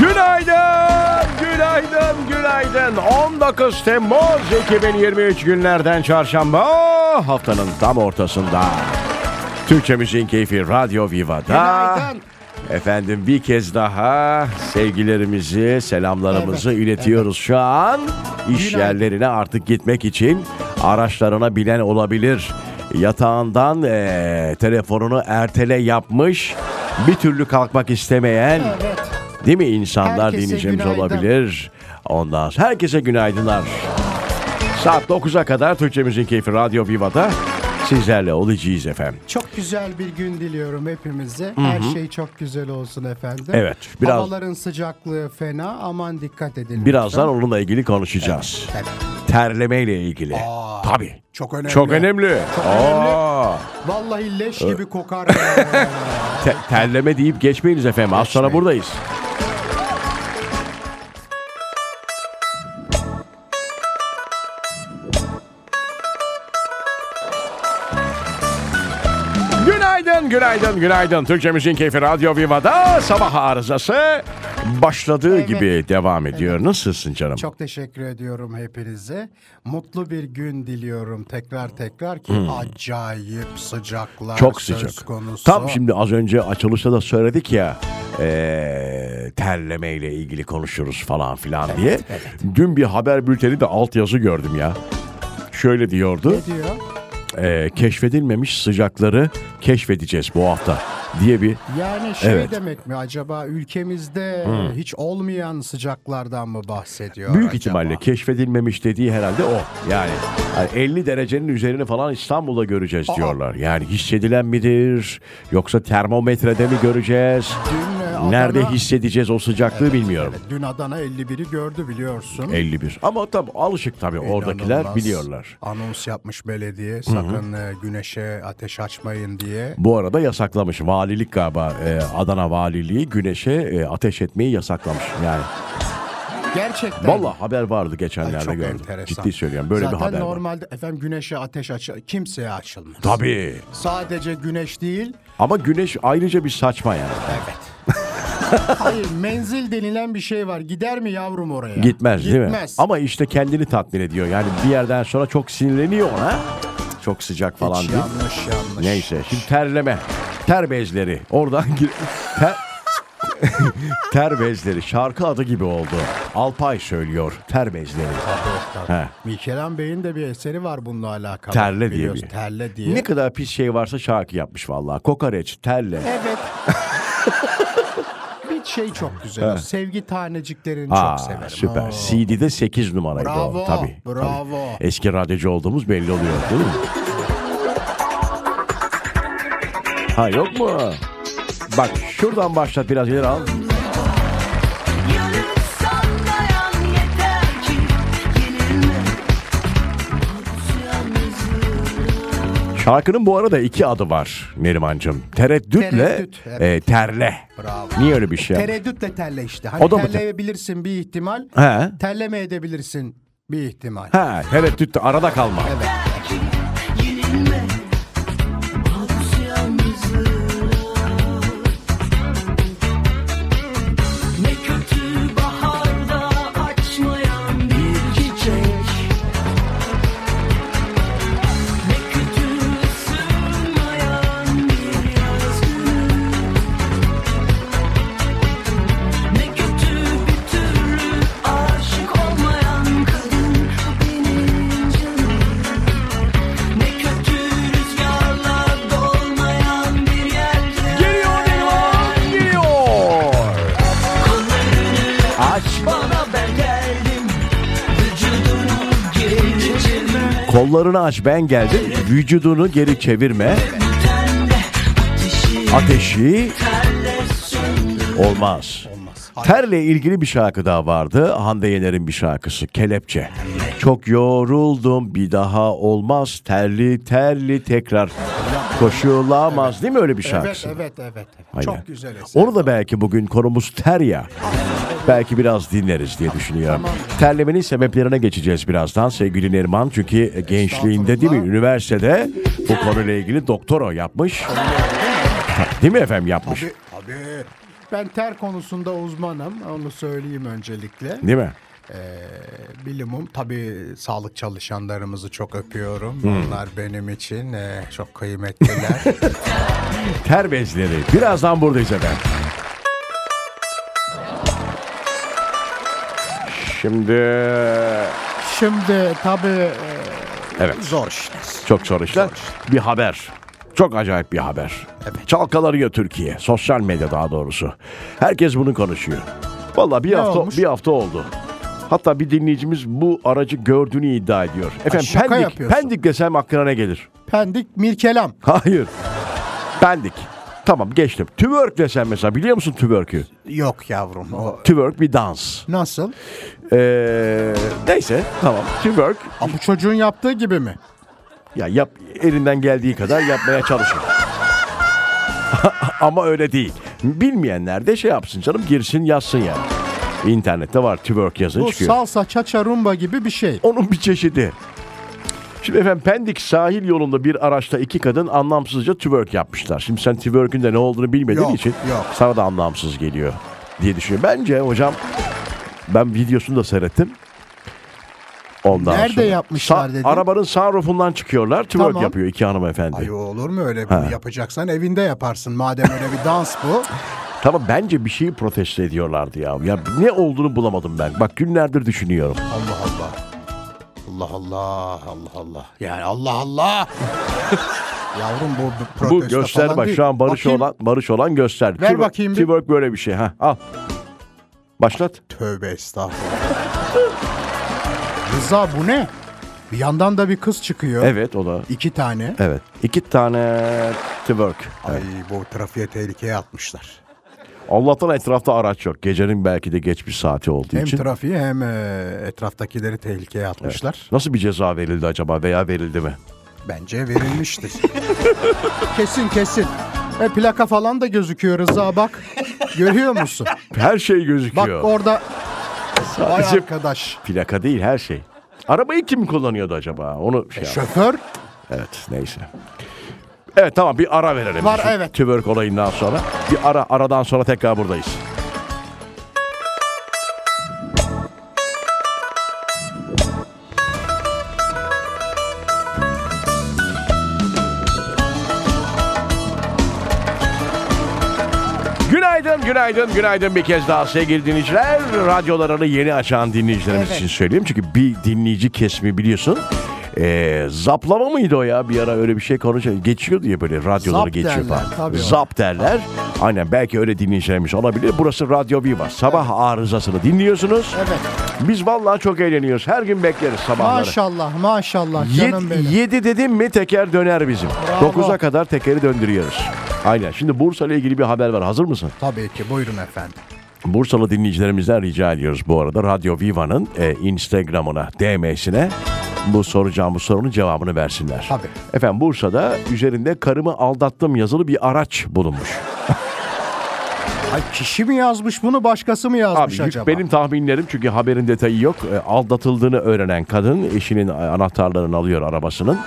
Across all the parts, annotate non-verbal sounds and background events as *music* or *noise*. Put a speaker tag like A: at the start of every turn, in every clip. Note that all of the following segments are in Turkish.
A: Günaydın, günaydın, günaydın. 19 Temmuz 2023 günlerden çarşamba Oh, haftanın tam ortasında. Türkçe Müziğin Keyfi Radyo Viva'da.
B: Günaydın.
A: Efendim bir kez daha sevgilerimizi, selamlarımızı iletiyoruz şu an. İş
B: Günaydın.
A: yerlerine artık gitmek için araçlarına bilen olabilir. Yatağından eee, telefonunu ertele yapmış, bir türlü kalkmak istemeyen
B: Evet.
A: Değil mi insanlar
B: Herkese
A: dinleyeceğimiz
B: günaydın.
A: olabilir. Ondan sonra herkese günaydınlar. Saat 9'a kadar Türkçe Müzik Keyfi Radyo Viva'da sizlerle olacağız efendim.
B: Çok güzel bir gün diliyorum hepimize. Her şey çok güzel olsun efendim.
A: Evet, biraz-
B: Havaların sıcaklığı fena. Aman dikkat edin.
A: Birazdan
B: lütfen.
A: onunla ilgili konuşacağız.
B: Evet.
A: Terlemeyle ilgili. Tabii.
B: Çok önemli.
A: Çok önemli.
B: önemli.
A: Aa,
B: Vallahi leş gibi
A: *laughs*
B: kokar. ya.
A: te- terleme deyip geçmeyiniz efendim. Az sonra
B: Geçmeyin.
A: buradayız. Günaydın, günaydın, günaydın. Türkçe Müziğin Keyfi Radyo Viva'da sabah arızası başladığı
B: Evet.
A: gibi devam ediyor. Nasılsın canım?
B: Çok teşekkür ediyorum hepinize. Mutlu bir gün diliyorum tekrar tekrar ki acayip sıcaklar
A: Hmm. Çok
B: söz
A: sıcak.
B: konusu.
A: Tam şimdi az önce açılışta da söyledik ya eee terlemeyle ilgili konuşuruz falan filan diye. Dün bir haber bülteni de altyazı gördüm ya. Şöyle diyordu.
B: Ne diyor?
A: eee, keşfedilmemiş sıcakları keşfedeceğiz bu hafta diye bir
B: Yani şey
A: Evet. Hmm.
B: demek mi acaba ülkemizde hiç olmayan sıcaklardan mı bahsediyor?
A: büyük
B: acaba?
A: ihtimalle keşfedilmemiş dediği herhalde o. Yani hani 50 derecenin üzerini falan İstanbul'da göreceğiz diyorlar. Yani hissedilen midir yoksa termometrede mi göreceğiz?
B: Dün, e, Adana-
A: Nerede hissedeceğiz o sıcaklığı bilmiyorum.
B: Evet, E, dün Adana 51'i gördü biliyorsun.
A: 51. Ama tabii alışık tabii E, oradakiler
B: İnanılmaz.
A: biliyorlar.
B: Anons yapmış belediye sakın e, güneşe ateş açmayın diye.
A: Bu arada yasaklamış. Valilik galiba e, Adana Valiliği güneşe e, ateş etmeyi yasaklamış. Yani
B: Gerçekten.
A: valla haber vardı
B: Ay,
A: geçenlerde
B: çok
A: gördüm.
B: enteresan.
A: Ciddi söylüyorum böyle
B: Zaten
A: bir haber var.
B: normalde efendim güneşe ateş aç kimseye açılmaz.
A: Tabii.
B: Sadece güneş değil.
A: Ama güneş ayrıca bir saçma yani.
B: Evet.
A: *laughs*
B: Hayır menzil denilen bir şey var. Gider mi yavrum oraya?
A: Gitmez, değil mi?
B: Gitmez.
A: Ama işte kendini tatmin ediyor. Yani bir yerden sonra çok sinirleniyor ona. Çok sıcak falan
B: Hiç
A: diye.
B: yanlış yanlış.
A: Neyse şimdi terleme. Ter bezleri. Oradan gir. *laughs* Ter... ter bezleri. Şarkı adı gibi oldu. Alpay söylüyor. Ter bezleri. He.
B: Mikelan Bey'in de bir eseri var bununla alakalı.
A: Terle diye
B: Biliyorsun,
A: bir-
B: Terle diye.
A: Ne kadar pis şey varsa şarkı yapmış vallahi. Kokoreç, terle.
B: Evet. *laughs* bir şey çok güzel. o Sevgi taneciklerini
A: Aa,
B: çok severim.
A: süper.
B: Oo.
A: CD'de 8 numaraydı o.
B: Bravo,
A: Tabii,
B: bravo.
A: tabii. Eski radyocu olduğumuz belli oluyor değil mi? Ha yok mu? Bak şuradan başlat biraz ileri al.
C: Yanıp sallayan yeter ki yenilme Mutlu yalnızlığı
A: Şarkının bu arada iki adı var Nerimancığım. Tereddütle
B: Tereddüt, evet.
A: e, terle.
B: Bravo.
A: Niye öyle bir şey?
B: Tereddütle terle işte. Hani
A: O da mı ter-
B: terleyebilirsin bir ihtimal.
A: He.
B: Terlemeyebilirsin bir ihtimal.
A: ha, tereddüt de arada kalma.
C: Yeter ki yenilme Mutlu yalnızlığı Ne kötü baharda açmayan bir çiçek Ne kötü ısınmayan bir yaz günü Ne kötü bir türlü aşık olmayan kadın benim canım Ne kötü rüzgarla dolmayan bir yerde
A: Geliyor Neriman, geliyor.
C: Kollarını
A: Aç.
C: bana ben geldim Vücudunu geri çevirme
A: Kollarını aç ben geldim. Vücudunu geri çevirme.
C: Bu tende ateşi
A: Ateşi
C: terle söndür
A: olmaz.
B: Olmaz.
A: Terle ilgili bir şarkı daha vardı. Hande Yener'in bir şarkısı Kelepçe. Çok yoruldum bir daha olmaz terli terli tekrar. Koşulamaz değil mi öyle bir şarkı?
B: Evet, evet, evet. evet.
A: Aynen.
B: Çok güzel eser.
A: Onu da belki bugün konumuz ter ya. Belki biraz dinleriz diye düşünüyorum. Terlemenin sebeplerine geçeceğiz birazdan sevgili Neriman. Çünkü gençliğinde değil mi üniversitede bu konuyla ilgili doktora yapmış. Ha, Değil mi efendim yapmış?
B: Abi, abi. Ben ter konusunda uzmanım. Onu söyleyeyim öncelikle. Ee,
A: Değil mi?
B: Bilimum tabii sağlık çalışanlarımızı çok öpüyorum.
A: Hmm.
B: Onlar benim için e,
A: *laughs*
B: çok kıymetliler.
A: Ter bezleri. Birazdan buradayız efendim. Şimdi
B: Şimdi tabii e,
A: evet
B: zor işler.
A: çok zor işler. Bir haber. Çok acayip bir haber. Çalkalanıyor Türkiye. Sosyal medya daha doğrusu. Herkes bunu konuşuyor. Vallahi bir hafta
B: olmuş?
A: bir hafta oldu. Hatta bir dinleyicimiz bu aracı gördüğünü iddia ediyor. Efendim
B: şaka
A: Pendik,
B: yapıyorsun.
A: Pendik desem aklına ne gelir? *laughs*
B: Pendik Mirkelam.
A: Hayır. Pendik. Tamam geçtim. Twerk desem mesela biliyor musun twerk'ü?
B: Yok yavrum. O
A: Twerk bir dans.
B: nasıl?
A: Ee, neyse tamam. Twerk
B: Aa, bu çocuğun yaptığı gibi mi?
A: ya yap elinden geldiği kadar yapmaya çalışın. *laughs* Ama öyle değil. Bilmeyenler de şey yapsın canım girsin yazsın yani. İnternette var twerk yazın
B: Bu
A: çıkıyor.
B: salsa çaça rumba gibi bir şey.
A: Onun bir çeşidi. Şimdi efendim Pendik sahil yolunda bir araçta iki kadın anlamsızca twerk yapmışlar. Şimdi sen twerk'ün de ne olduğunu bilmediğin
B: Yok,
A: için
B: yok.
A: sana da anlamsız geliyor diye düşünüyorum. Bence hocam ben videosunu da seyrettim. Ondan
B: Nerede
A: sonra-
B: yapmışlar
A: Sa-
B: dedin?
A: Arabanın sunroofundan çıkıyorlar. Twerk
B: Tamam.
A: yapıyor iki hanımefendi.
B: Ay olur mu öyle bunu yapacaksan evinde yaparsın. Madem öyle bir dans bu.
A: Tamam bence bir şeyi protesto ediyorlardı ya. Ya ne olduğunu bulamadım ben. Bak günlerdir düşünüyorum.
B: Allah Allah. Allah Allah Allah Allah. Yani Allah Allah. *laughs* Yavrum bu bir protesto
A: Bu göster
B: falan
A: bak
B: değil.
A: şu an barış
B: Bakayım.
A: olan barış olan göster.
B: Ver
A: Twerk-
B: bakayım bir.
A: Twerk böyle bir şey ha. Al. Başlat.
B: Tövbe estağfurullah. Rıza bu ne? Bir yandan da bir kız çıkıyor.
A: Evet o da.
B: İki tane.
A: Evet. İki tane twerk.
B: Ay bu trafiğe tehlikeye atmışlar.
A: Allah'tan etrafta araç yok. Gecenin belki de geç bir saati olduğu
B: Hem
A: için.
B: trafiği hem e, etraftakileri tehlikeye atmışlar.
A: Nasıl bir ceza verildi acaba veya verildi mi?
B: Bence verilmiştir. *laughs* kesin kesin. E plaka falan da gözüküyor Rıza bak. Görüyor
A: *laughs*
B: musun?
A: Her şey
B: Bak
A: gözüküyor.
B: orada vay
A: Sadece
B: arkadaş.
A: plaka değil her şey. Arabayı kim kullanıyordu acaba? Onu şey yap.
B: Şoför
A: Evet neyse. Evet tamam bir ara verelim.
B: Var,
A: Şu
B: evet.
A: Twerk olayından sonra. Bir ara aradan sonra tekrar buradayız. Günaydın, günaydın, günaydın bir kez daha sevgili dinleyiciler. Radyolarını yeni açan dinleyicilerimiz için söyleyeyim. Çünkü bir dinleyici kesimi biliyorsun. Ee, zaplama mıydı o ya? Bir ara öyle bir şey konuşuyor. Geçiyor diye böyle radyoları
B: Zap
A: geçiyor
B: derler,
A: falan.
B: tabii.
A: Zap derler. Aynen belki öyle dinleyicilerimiz olabilir. Burası Radyo Viva. Sabah arızasını dinliyorsunuz.
B: Evet.
A: Biz vallahi çok eğleniyoruz. Her gün bekleriz sabahları.
B: maşallah maşallah
A: Yed-
B: canım benim.
A: yedi dedim mi teker döner bizim. 9'a kadar tekeri döndürüyoruz. Aynen. Şimdi Bursa ile ilgili bir haber var. Hazır mısın?
B: Tabii ki buyurun efendim.
A: Bursalı dinleyicilerimizden rica ediyoruz bu arada. Radyo Viva'nın e, Instagram'ına, DM'sine bu soracağımız sorunun cevabını versinler.
B: Tabii.
A: Efendim Bursa'da üzerinde karımı aldattım yazılı bir araç bulunmuş.
B: Ay kişi mi yazmış bunu başkası mı
A: Abi
B: yazmış
A: yük-
B: Ah, acaba?
A: benim tahminlerim çünkü haberin detayı yok. E, aldatıldığını öğrenen kadın eşinin anahtarlarını alıyor arabasının.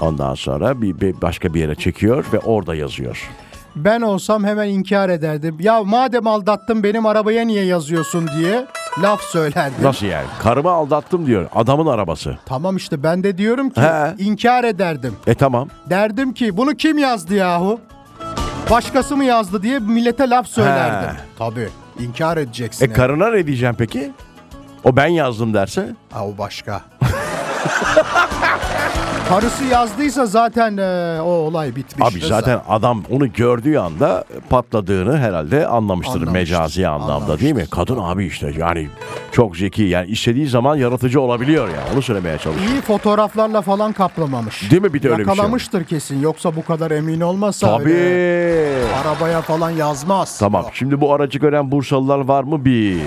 A: Ondan sonra bir, bir başka bir yere çekiyor ve orada yazıyor.
B: Ben olsam hemen inkar ederdim. Ya madem aldattın benim arabaya niye yazıyorsun diye laf söylerdim.
A: Nasıl yani? Karımı aldattım diyor. Adamın arabası.
B: Tamam işte ben de diyorum ki
A: He.
B: inkar ederdim.
A: E tamam.
B: Derdim ki bunu kim yazdı yahu? Başkası mı yazdı diye millete laf söylerdim.
A: He.
B: Tabii inkar edeceksin.
A: E karına ne diyeceğim peki? O ben yazdım derse?
B: Ha, o başka. *laughs* Karısı yazdıysa zaten e, o olay bitmiş.
A: Abi zaten adam onu gördüğü anda patladığını herhalde anlamıştır
B: Anlamıştır,
A: mecazi anlamda değil mi? Kadın abi işte yani çok zeki yani istediği zaman yaratıcı olabiliyor ya onu söylemeye çalışıyorum.
B: İyi fotoğraflarla falan kaplamamış.
A: Değil mi? Bir de öyle bir şey var.
B: Yakalamıştır kesin. Yoksa bu kadar emin olmasa öyle
A: Tabii.
B: arabaya falan yazmaz.
A: Tamam şimdi bu aracı gören Bursalılar var mı? Bir.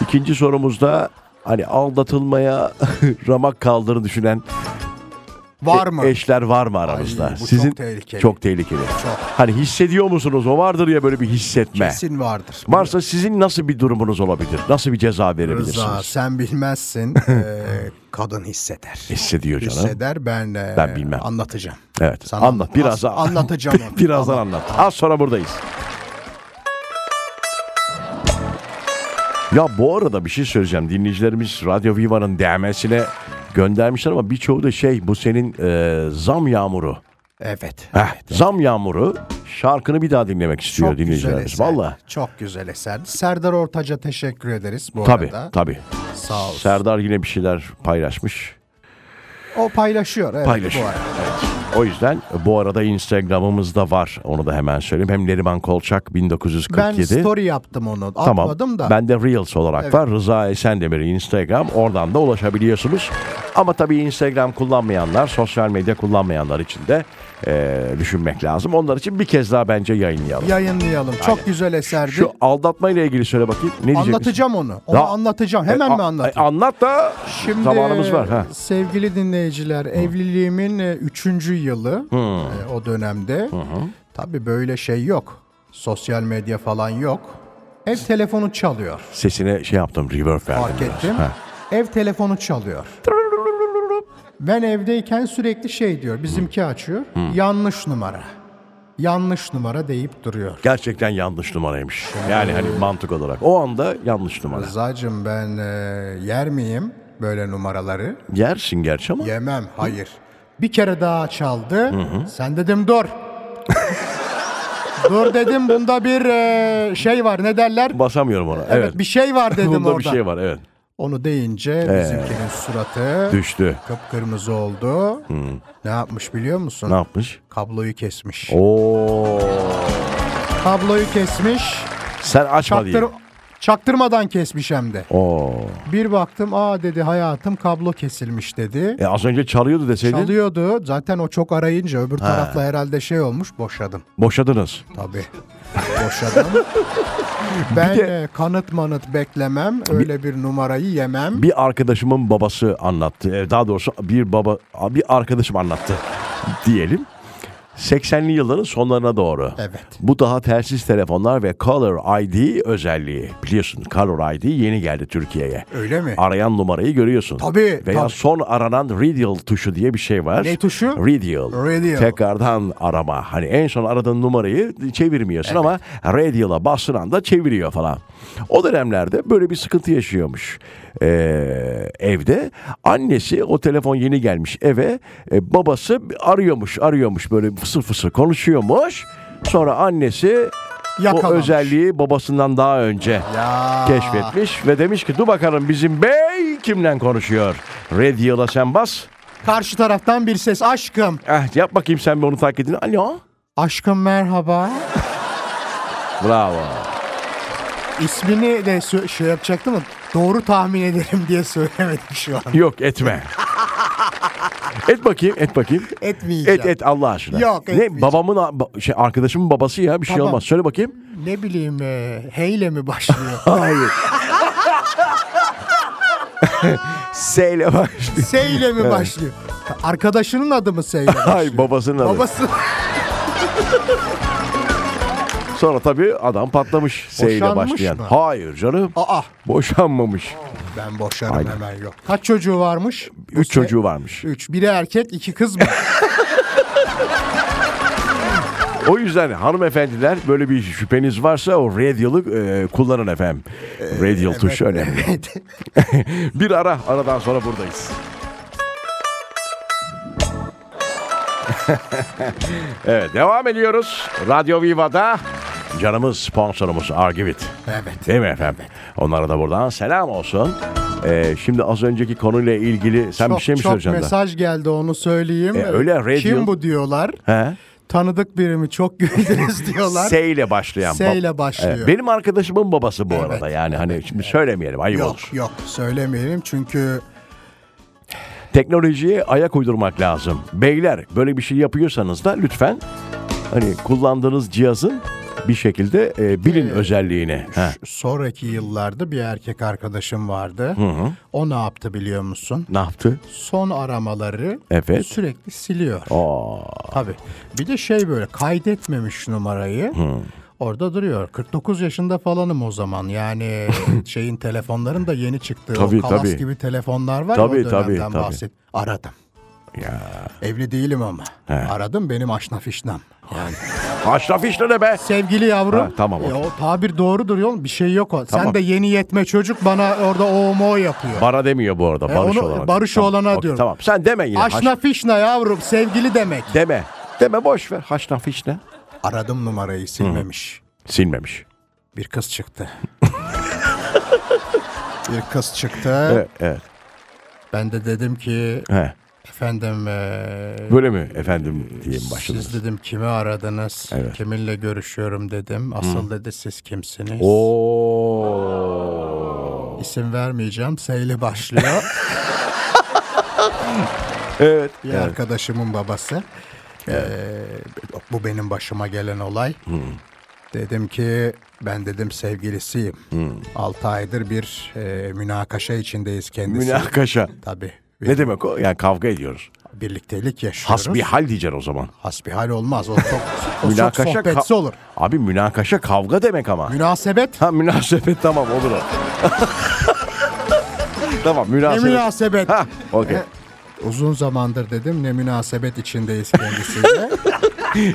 A: İkinci *laughs* sorumuzda hani aldatılmaya ramak kaldığını düşünen
B: Var mı?
A: Eşler var mı aranızda?
B: Ay, bu çok tehlikeli.
A: Çok tehlikeli. Hani hissediyor musunuz? O vardır ya böyle bir hissetme.
B: Kesin vardır.
A: Varsa sizin nasıl bir durumunuz olabilir? Nasıl bir ceza verebilirsiniz?
B: Rıza
A: *laughs*
B: sen bilmezsin. Ee, kadın hisseder.
A: Hissediyor canım.
B: Hisseder ben, e,
A: Ben bilmem.
B: anlatacağım.
A: Evet.
B: Sana
A: anlat biraz.
B: az- anlatacağım
A: *laughs*
B: onu.
A: Birazdan
B: Tamam.
A: anlat. Az sonra buradayız. Ya bu arada bir şey söyleyeceğim. Dinleyicilerimiz Radyo Viva'nın DM'sine göndermişler ama birçoğu da şey bu senin e, zam yağmuru.
B: Evet.
A: Heh, Zam yağmuru şarkını bir daha dinlemek istiyor
B: Çok güzel
A: dinleyicilerimiz.
B: eser.
A: Valla.
B: Çok güzel eser. Serdar Ortaç'a teşekkür ederiz bu
A: Tabii
B: arada.
A: tabii.
B: Sağ olsun.
A: Serdar yine bir şeyler paylaşmış.
B: O paylaşıyor. Evet,
A: Paylaşıyor.
B: Bu arada.
A: O yüzden bu arada Instagram'ımız da var. Onu da hemen söyleyeyim. Hem Neriman Kolçak
B: Ben
A: 1947.
B: story yaptım onu.
A: Tamam.
B: Atmadım da.
A: Ben de Reels olarak
B: Evet.
A: var. Rıza Esendemir'i Instagram. Oradan da ulaşabiliyorsunuz. Ama tabii Instagram kullanmayanlar, sosyal medya kullanmayanlar için de eee, düşünmek lazım. Onlar için bir kez daha bence yayınlayalım.
B: Yayınlayalım. Çok güzel eserdi.
A: Şu aldatma ile ilgili söyle bakayım. Ne diyeceksin?
B: Anlatacağım onu. Onu
A: Ya-
B: anlatacağım. Hemen
A: E,
B: mi
A: a-
B: anlatayım?
A: e, anlat da zamanımız var. Ha.
B: Sevgili dinleyiciler, evliliğimin e, üçüncü yılı e, o dönemde. Tabii böyle şey yok. Sosyal medya falan yok. Ev telefonu çalıyor.
A: Sesine şey yaptım, reverb verdim.
B: Fark
A: biraz.
B: ettim.
A: Ha.
B: Ev telefonu çalıyor. Ben evdeyken sürekli şey diyor. Bizimki açıyor. Yanlış numara. Yanlış numara deyip duruyor.
A: Gerçekten yanlış numaraymış. Yani hani mantık olarak. O anda yanlış numara.
B: Rıza'cığım ben e, yer miyim böyle numaraları?
A: Yersin gerçi ama.
B: Yemem, hayır. Bir kere daha çaldı. Sen dedim dur. dur dedim bunda bir e, şey var ne derler?
A: Basamıyorum ona. Evet.
B: Bir şey var dedim
A: Bunda
B: orada.
A: bir şey var evet.
B: Onu deyince bizimkinin suratı
A: Düştü.
B: kıpkırmızı oldu. Ne yapmış biliyor musun?
A: Ne yapmış?
B: Kabloyu kesmiş.
A: Oo.
B: Kabloyu kesmiş.
A: Sen açma diye.
B: Çaktır, çaktırmadan kesmiş hem de.
A: Oo.
B: Bir baktım aa dedi hayatım kablo kesilmiş dedi.
A: E az önce çalıyordu deseydin
B: Çalıyordu. Zaten o çok arayınca öbür tarafla herhalde şey olmuş boşadım.
A: boşadınız.
B: Tabii. Boşadım. ben
A: de-
B: e, kanıt manıt beklemem. Öyle bir numarayı yemem.
A: Bir arkadaşımın babası anlattı. E, Daha doğrusu bir baba bir arkadaşım anlattı diyelim. 80'li yılların sonlarına doğru.
B: Evet.
A: Bu daha telsiz telefonlar ve Caller ID özelliği. Biliyorsun Caller ID yeni geldi Türkiye'ye.
B: Öyle mi?
A: Arayan numarayı görüyorsun.
B: Tabii,
A: Veya
B: tabii.
A: son aranan radial tuşu diye bir şey var.
B: Ne tuşu?
A: Radial.
B: Radial.
A: Tekrardan arama. Hani en son aradığın numarayı çevirmiyorsun ama radial'a bastığın anda çeviriyor falan. O dönemlerde böyle bir sıkıntı yaşıyormuş ee, evde. Annesi o telefon yeni gelmiş eve. E, babası arıyormuş arıyormuş böyle fısır fısır konuşuyormuş. Sonra annesi o
B: Yakalamış.
A: özelliği babasından daha önce
B: Ya.
A: keşfetmiş ve demiş ki dur bakalım bizim bey kimden konuşuyor? Radio'la sen bas.
B: Karşı taraftan bir ses aşkım.
A: Eh, yap bakayım sen bir onu takip edin. Alo.
B: Aşkım merhaba.
A: Bravo.
B: İsmini de sö- şey yapacaktım mı? Doğru tahmin ederim diye söylemedim şu an.
A: Yok
B: *laughs*
A: etme. et bakayım, et bakayım.
B: Etmeyeceğim.
A: Et et Allah aşkına.
B: Yok, etmeyeceğim.
A: ne babamın a- ba- şey arkadaşımın babası ya bir şey
B: Tamam.
A: olmaz. Söyle bakayım.
B: Ne bileyim e, heyle mi başlıyor?
A: *laughs* Hayır. S ile başlıyor.
B: Seyle mi başlıyor? Arkadaşının adı mı Seyle başlıyor?
A: Hayır, babasının adı.
B: Babası.
A: Sonra tabii adam patlamış S ile
B: Boşanmış
A: başlayan.
B: mı?
A: Hayır canım.
B: Aa
A: Boşanmamış.
B: ben boşarım hemen yok. Kaç çocuğu varmış?
A: Üç çocuğu varmış.
B: Üç. Biri erkek, iki kız mı?
A: O yüzden hanımefendiler böyle bir şüpheniz varsa o radial'ı e, kullanın efendim.
B: E,
A: Radial tuşu önemli. *laughs* bir ara aradan sonra buradayız. *laughs* evet devam ediyoruz. Radyo Viva'da canımız sponsorumuz Argivit.
B: evet.
A: Değil mi efendim? Onlara da buradan selam olsun. E, şimdi az önceki konuyla ilgili sen
B: çok,
A: bir şey mi
B: çok
A: söyleyeceksin? daha?
B: mesaj geldi onu söyleyeyim.
A: E, öyle, radio-
B: Kim bu diyorlar.
A: He?
B: Tanıdık birimi
A: *laughs*
B: çok güldünüz diyorlar.
A: S ile başlayan.
B: S
A: bab-
B: ile başlıyor.
A: Evet, benim arkadaşımın babası bu
B: Evet.
A: arada. Yani hani şimdi söylemeyelim ayıp olur.
B: yok yok söylemeyelim çünkü
A: Teknolojiye ayak uydurmak lazım. Beyler böyle bir şey yapıyorsanız da lütfen hani kullandığınız cihazın bir şekilde e,
B: Ee,
A: bilin özelliğini. Ha,
B: Sonraki yıllarda bir erkek arkadaşım vardı. O ne yaptı biliyor musun?
A: ne yaptı?
B: Son aramaları
A: Evet.
B: sürekli siliyor. Tabii. Bir de şey böyle kaydetmemiş numarayı. Orada duruyor. 49 yaşında falanım o zaman.
A: *laughs*
B: Yani şeyin telefonların da yeni çıktığı
A: Tabii,
B: o kalas
A: tabii.
B: gibi telefonlar var.
A: Tabii,
B: o dönemden
A: tabii, tabii.
B: bahset. Aradım.
A: Ya.
B: Evli değilim ama. Aradım benim aşna fişnam. Yani.
A: Haşraf işte ne be?
B: Sevgili yavrum.
A: Ha, tamam,
B: E,
A: okey.
B: o tabir doğrudur yol. Bir şey yok o.
A: Tamam.
B: Sen de yeni yetme çocuk bana orada o mo yapıyor.
A: Bana demiyor bu arada.
B: E,
A: Barış
B: onu-
A: olana.
B: Barış olana
A: okey,
B: diyorum.
A: Tamam sen deme yine.
B: aşna fişna yavrum sevgili demek.
A: Haş- deme. Deme boş ver. Haşraf işte.
B: Aradım numarayı silmemiş.
A: Silmemiş.
B: Bir kız çıktı. *laughs* bir kız çıktı.
A: Evet. E, evet.
B: Ben de dedim ki
A: He.
B: efendim e,
A: Böyle mi efendim diyeyim başladınız.
B: siz dedim kimi aradınız? Kiminle görüşüyorum dedim. Asıl dedi siz kimsiniz?
A: Oo.
B: İsim vermeyeceğim. Seyle başlıyor.
A: *laughs* Evet.
B: Bir arkadaşımın babası. Ee, bu benim başıma gelen olay. Dedim ki ben dedim sevgilisiyim. 6 aydır bir e, münakaşa içindeyiz kendisi.
A: Münakaşa.
B: Tabii. Bir-
A: *laughs* Ne demek o? Yani kavga ediyoruz.
B: Birliktelik yaşıyoruz.
A: Hasbihal diyeceksin o zaman.
B: Hasbihal olmaz.
A: *laughs*
B: O çok, o çok
A: Münakaşa
B: sohbetsi
A: ka-
B: olur.
A: Abi münakaşa kavga demek ama.
B: Münasebet.
A: Ha münasebet tamam olur o. *laughs* tamam
B: Ne
A: münasebet.
B: münasebet.
A: Ha
B: *laughs*
A: okey.
B: Uzun zamandır dedim ne münasebet
A: *laughs*
B: içindeyiz kendisiyle.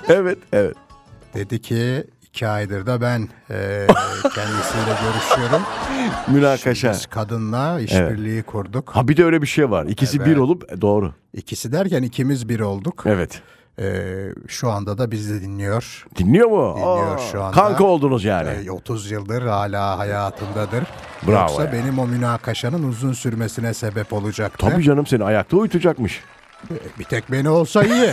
A: evet evet.
B: Dedi ki iki aydır da ben
A: *laughs*
B: e, kendisiyle görüşüyorum.
A: Münakaşa.
B: Biz kadınla işbirliği kurduk.
A: Ha bir de öyle bir şey var. İkisi bir olup e, doğru.
B: İkisi derken ikimiz bir olduk.
A: Evet.
B: Ee, şu anda da bizi dinliyor.
A: Dinliyor mu?
B: Dinliyor
A: Aa,
B: şu anda.
A: Kanka oldunuz yani.
B: Ee, 30 yıldır hala hayatındadır.
A: Bravo
B: Yoksa
A: ya.
B: benim o münakaşanın uzun sürmesine sebep olacaktı.
A: Tabii canım seni ayakta uyutacakmış.
B: Bir tek beni olsa iyi.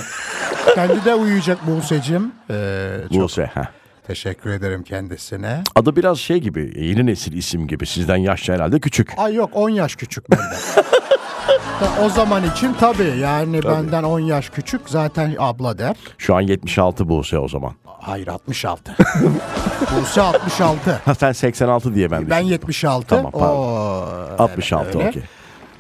B: Kendi de uyuyacak Buse'cim. Ee, çok
A: Buse. Ha.
B: teşekkür ederim kendisine.
A: Adı biraz şey gibi yeni nesil isim gibi sizden yaşça herhalde küçük.
B: Ay yok 10 yaş küçük benden. Ta- o zaman için tabii yani benden 10 yaş küçük zaten abla der.
A: Şu an 76 Buse o zaman.
B: Hayır 66. *laughs* Buse 66.
A: *laughs* Ha sen 86 diye ben
B: Ben
A: düşündüm.
B: 76.
A: Tamam, pardon.
B: Oo,
A: 66
B: öyle.
A: okey.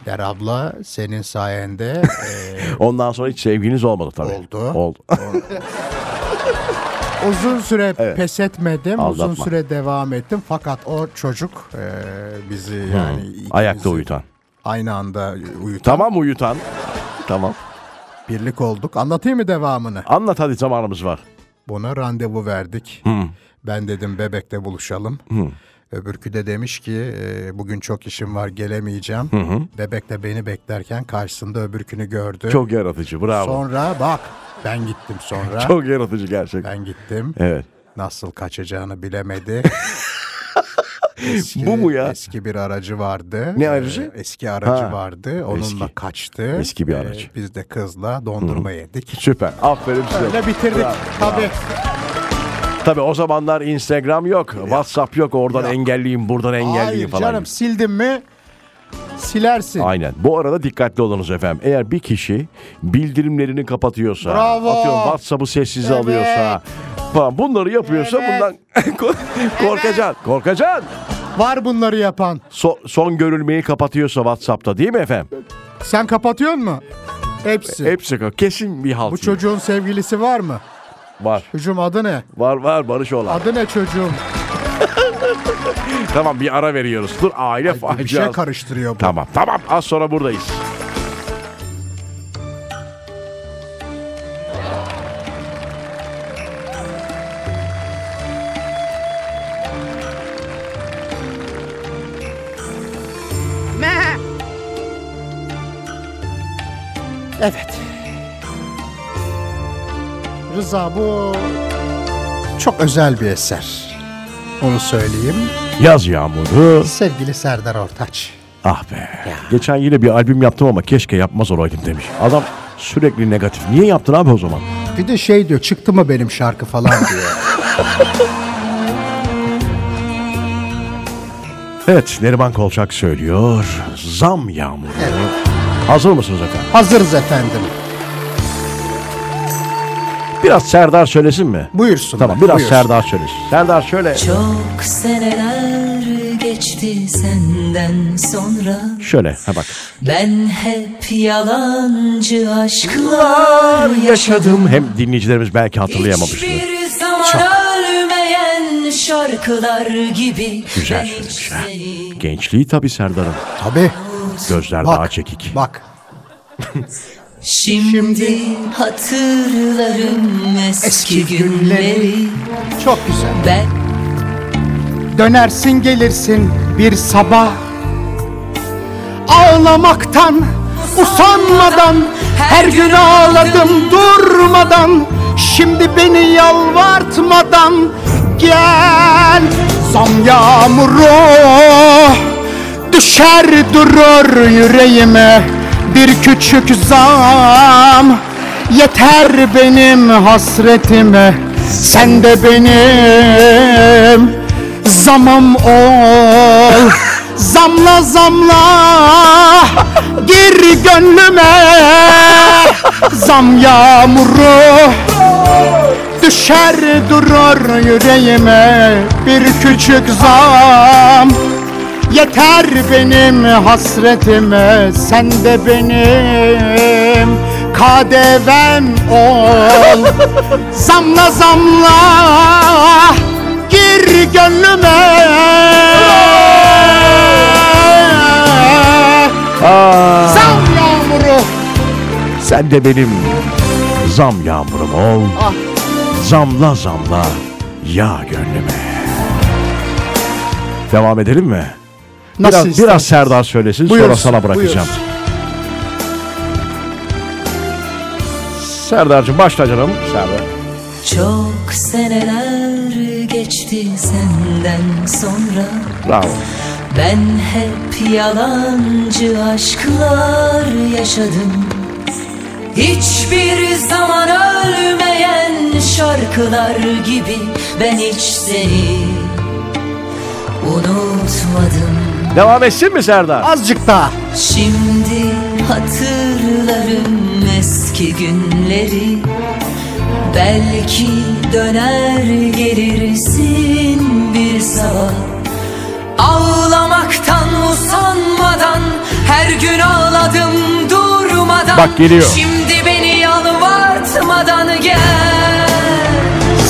B: Der abla senin sayende e,
A: Ondan sonra hiç sevginiz olmadı tabii.
B: Oldu.
A: Oldu. *laughs*
B: uzun süre pes etmedim. Uzun
A: Aldatma.
B: süre devam ettim. Fakat o çocuk e, bizi yani ikimizi
A: Ayakta uyutan.
B: Aynı anda e, uyutan.
A: Tamam uyutan. tamam.
B: Birlik olduk. Anlatayım mı devamını?
A: Anlat hadi zamanımız var.
B: Buna randevu verdik. Ben dedim bebekte buluşalım. Öbürkü de demiş ki e, bugün çok işim var gelemeyeceğim. Bebek de beni beklerken karşısında öbürkünü gördü.
A: Çok yaratıcı bravo.
B: Sonra bak ben gittim sonra.
A: Çok E- yaratıcı gerçekten.
B: Ben gittim.
A: Evet.
B: Nasıl
A: *laughs*
B: kaçacağını bilemedi.
A: Bu mu ya?
B: Eski bir aracı vardı.
A: Ne aracı?
B: Ee, Eski aracı
A: Ha,
B: vardı. Onunla
A: eski.
B: kaçtı.
A: Eski bir aracı.
B: Ee, biz de kızla dondurma yedik.
A: Süper. Aferin size.
B: Öyle bitirdik. Tabii.
A: Tabii o zamanlar Instagram yok, WhatsApp yok. Oradan
B: Yok.
A: engelleyin, buradan engelleyin
B: Hayır
A: falan.
B: canım sildin mi
A: *laughs*
B: silersin.
A: Aynen. Bu arada dikkatli olunuz efendim. Eğer bir kişi bildirimlerini kapatıyorsa,
B: Bravo.
A: atıyorum WhatsApp'ı sessize
B: Evet.
A: alıyorsa falan bunları yapıyorsa
B: Evet.
A: bundan *laughs* kork- korkacaksın. Korkacaksın.
B: Var bunları yapan.
A: So- son görülmeyi kapatıyorsa WhatsApp'ta değil mi efendim?
B: Sen kapatıyor mu? Hepsi.
A: Hepsi ko- kesin bir halt.
B: Bu çocuğun sevgilisi var mı?
A: var.
B: Çocuğum adı ne?
A: Var var Barış olan.
B: Adı ne çocuğum?
A: Tamam bir ara veriyoruz. Dur aile
B: Bir şey
A: faciası.
B: karıştırıyor bu.
A: Tamam tamam az sonra buradayız.
B: Evet. Rıza bu çok özel bir eser. Onu söyleyeyim.
A: Yaz yağmuru.
B: Sevgili Serdar Ortaç.
A: Ah be. Geçen yine bir albüm yaptım ama keşke yapmaz olaydım demiş. Adam sürekli negatif. Niye yaptın abi o zaman?
B: Bir de şey diyor çıktı mı benim şarkı falan
A: *laughs*
B: diyor.
A: Evet Neriman Kolçak söylüyor. Zam yağmuru. Hazır mısınız efendim?
B: Hazırız efendim.
A: Biraz Serdar söylesin mi?
B: Buyursun.
A: Tamam
B: be,
A: biraz
B: buyursun.
A: Serdar söylesin. Serdar şöyle
D: Çok seneler geçti senden sonra
A: şöyle ha bak.
D: Ben hep yalancı aşklar
A: Yaşadım hem dinleyicilerimiz belki hatırlayamamıştır.
D: Hiçbir zaman ölmeyen şarkılar gibi
A: Güzel
D: ben hiç
A: söylemiş ha.
D: seni
A: Gençliği tabii Serdar'ın.
B: Tabii.
A: Gözler
B: Bak.
A: daha çekik.
B: Bak.
D: Şimdi, hatırlarım eski,
B: Eski
D: günleri
B: günleri. Çok güzel.
D: Ben
B: Dönersin gelirsin bir sabah Ağlamaktan usanmadan Her gün ağladım durmadan Şimdi beni yalvartmadan Gel zam yağmuru Düşer durur yüreğime Bir küçük zam Yeter benim hasretime Sen de benim Zamım ol Zamla zamla Gir gönlüme Zam yağmuru Düşer durur yüreğime Bir küçük zam Yeter benim hasretime Sen de benim
A: *laughs*
B: KDV'm ol Zamla zamla Gir gönlüme
A: Aa,
B: Zam yağmuru
A: sen de benim zam yağmurum ol. Zamla zamla yağ gönlüme. Devam edelim mi? Biraz,
B: istersen.
A: biraz Serdar söylesin sonra
B: Buyursun,
A: sana bırakacağım.
B: buyursun.
A: Serdar'cığım başla canım. Serdar.
D: çok seneler geçti senden sonra
A: Bravo.
D: Ben hep yalancı aşklar yaşadım Hiçbir zaman ölmeyen şarkılar gibi Ben hiç seni unutmadım
A: Devam etsin mi Serdar?
B: Azıcık daha
D: Şimdi hatırlarım eski günleri Belki döner gelirsin bir sabah Ağlamaktan usanmadan Her gün ağladım durmadan
A: Bak geliyor.
D: Şimdi beni yalvartmadan gel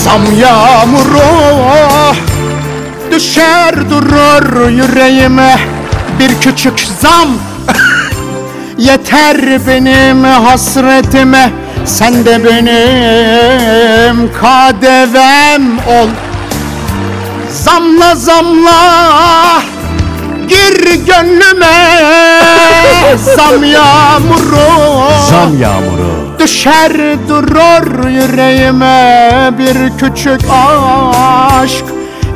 B: Zam yağmuru Düşer durur yüreğime Bir küçük zam *laughs* Yeter benim hasretime Sen de benim KDV'm ol Zamla zamla Gir gönlüme *laughs* Zam yağmuru
A: Zam yağmuru.
B: Düşer durur yüreğime bir küçük aşk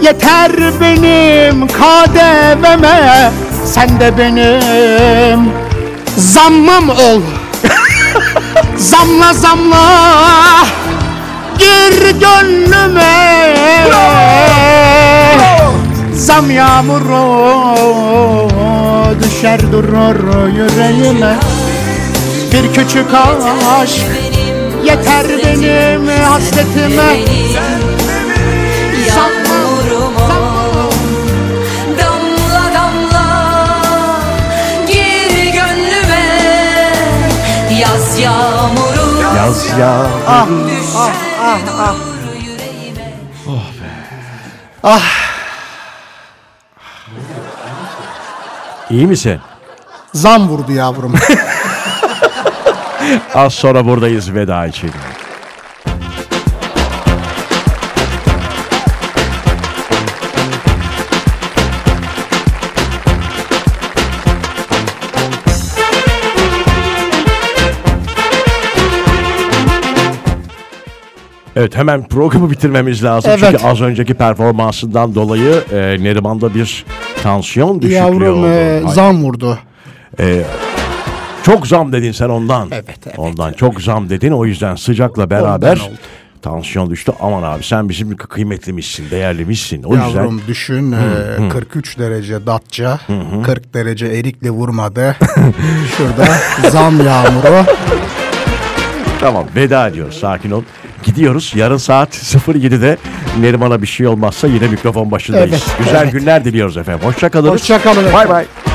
B: Yeter benim kadememe Sen de benim zammım ol *laughs* Zamla zamla Gir gönlüme Zam yağmuru Düşer durur yüreğime Bir küçük aşk
D: benim
B: Yeter
D: hasretim,
B: benim hasretime
D: Yağmurum ol Damla damla Gir gönlüme Yaz yağmuru
A: Yaz ya.
D: Düşer durur yüreğime
A: İyi misin?
B: Zam vurdu yavrum
A: Az sonra buradayız veda için. Evet hemen programı bitirmemiz lazım.
B: Evet.
A: Çünkü az önceki performansından dolayı e, Neriman'da bir tansiyon düşüklüğü
B: Yavrum
A: oldu.
B: e,
A: Ay,
B: zam vurdu
A: çok zam dedin sen ondan.
B: Evet, evet.
A: Ondan çok zam dedin o yüzden sıcakla beraber
B: Ondan oldu.
A: tansiyon düştü. Aman abi sen bizim kıymetlimişsin, değerlimişsin. O
B: Yavrum
A: yüzden
B: düşün e, 43 derece datça 40 derece erikle vurmadı Şurada zam yağmuru
A: Tamam veda ediyoruz sakin ol. Gidiyoruz yarın saat 07'de Neriman'a bir şey olmazsa yine mikrofon başındayız.
E: Evet,
A: Güzel
E: evet.
A: günler diliyoruz efendim. Hoşça kalın.
E: Hoşça kalın
A: Bay
E: efendim.
A: bay.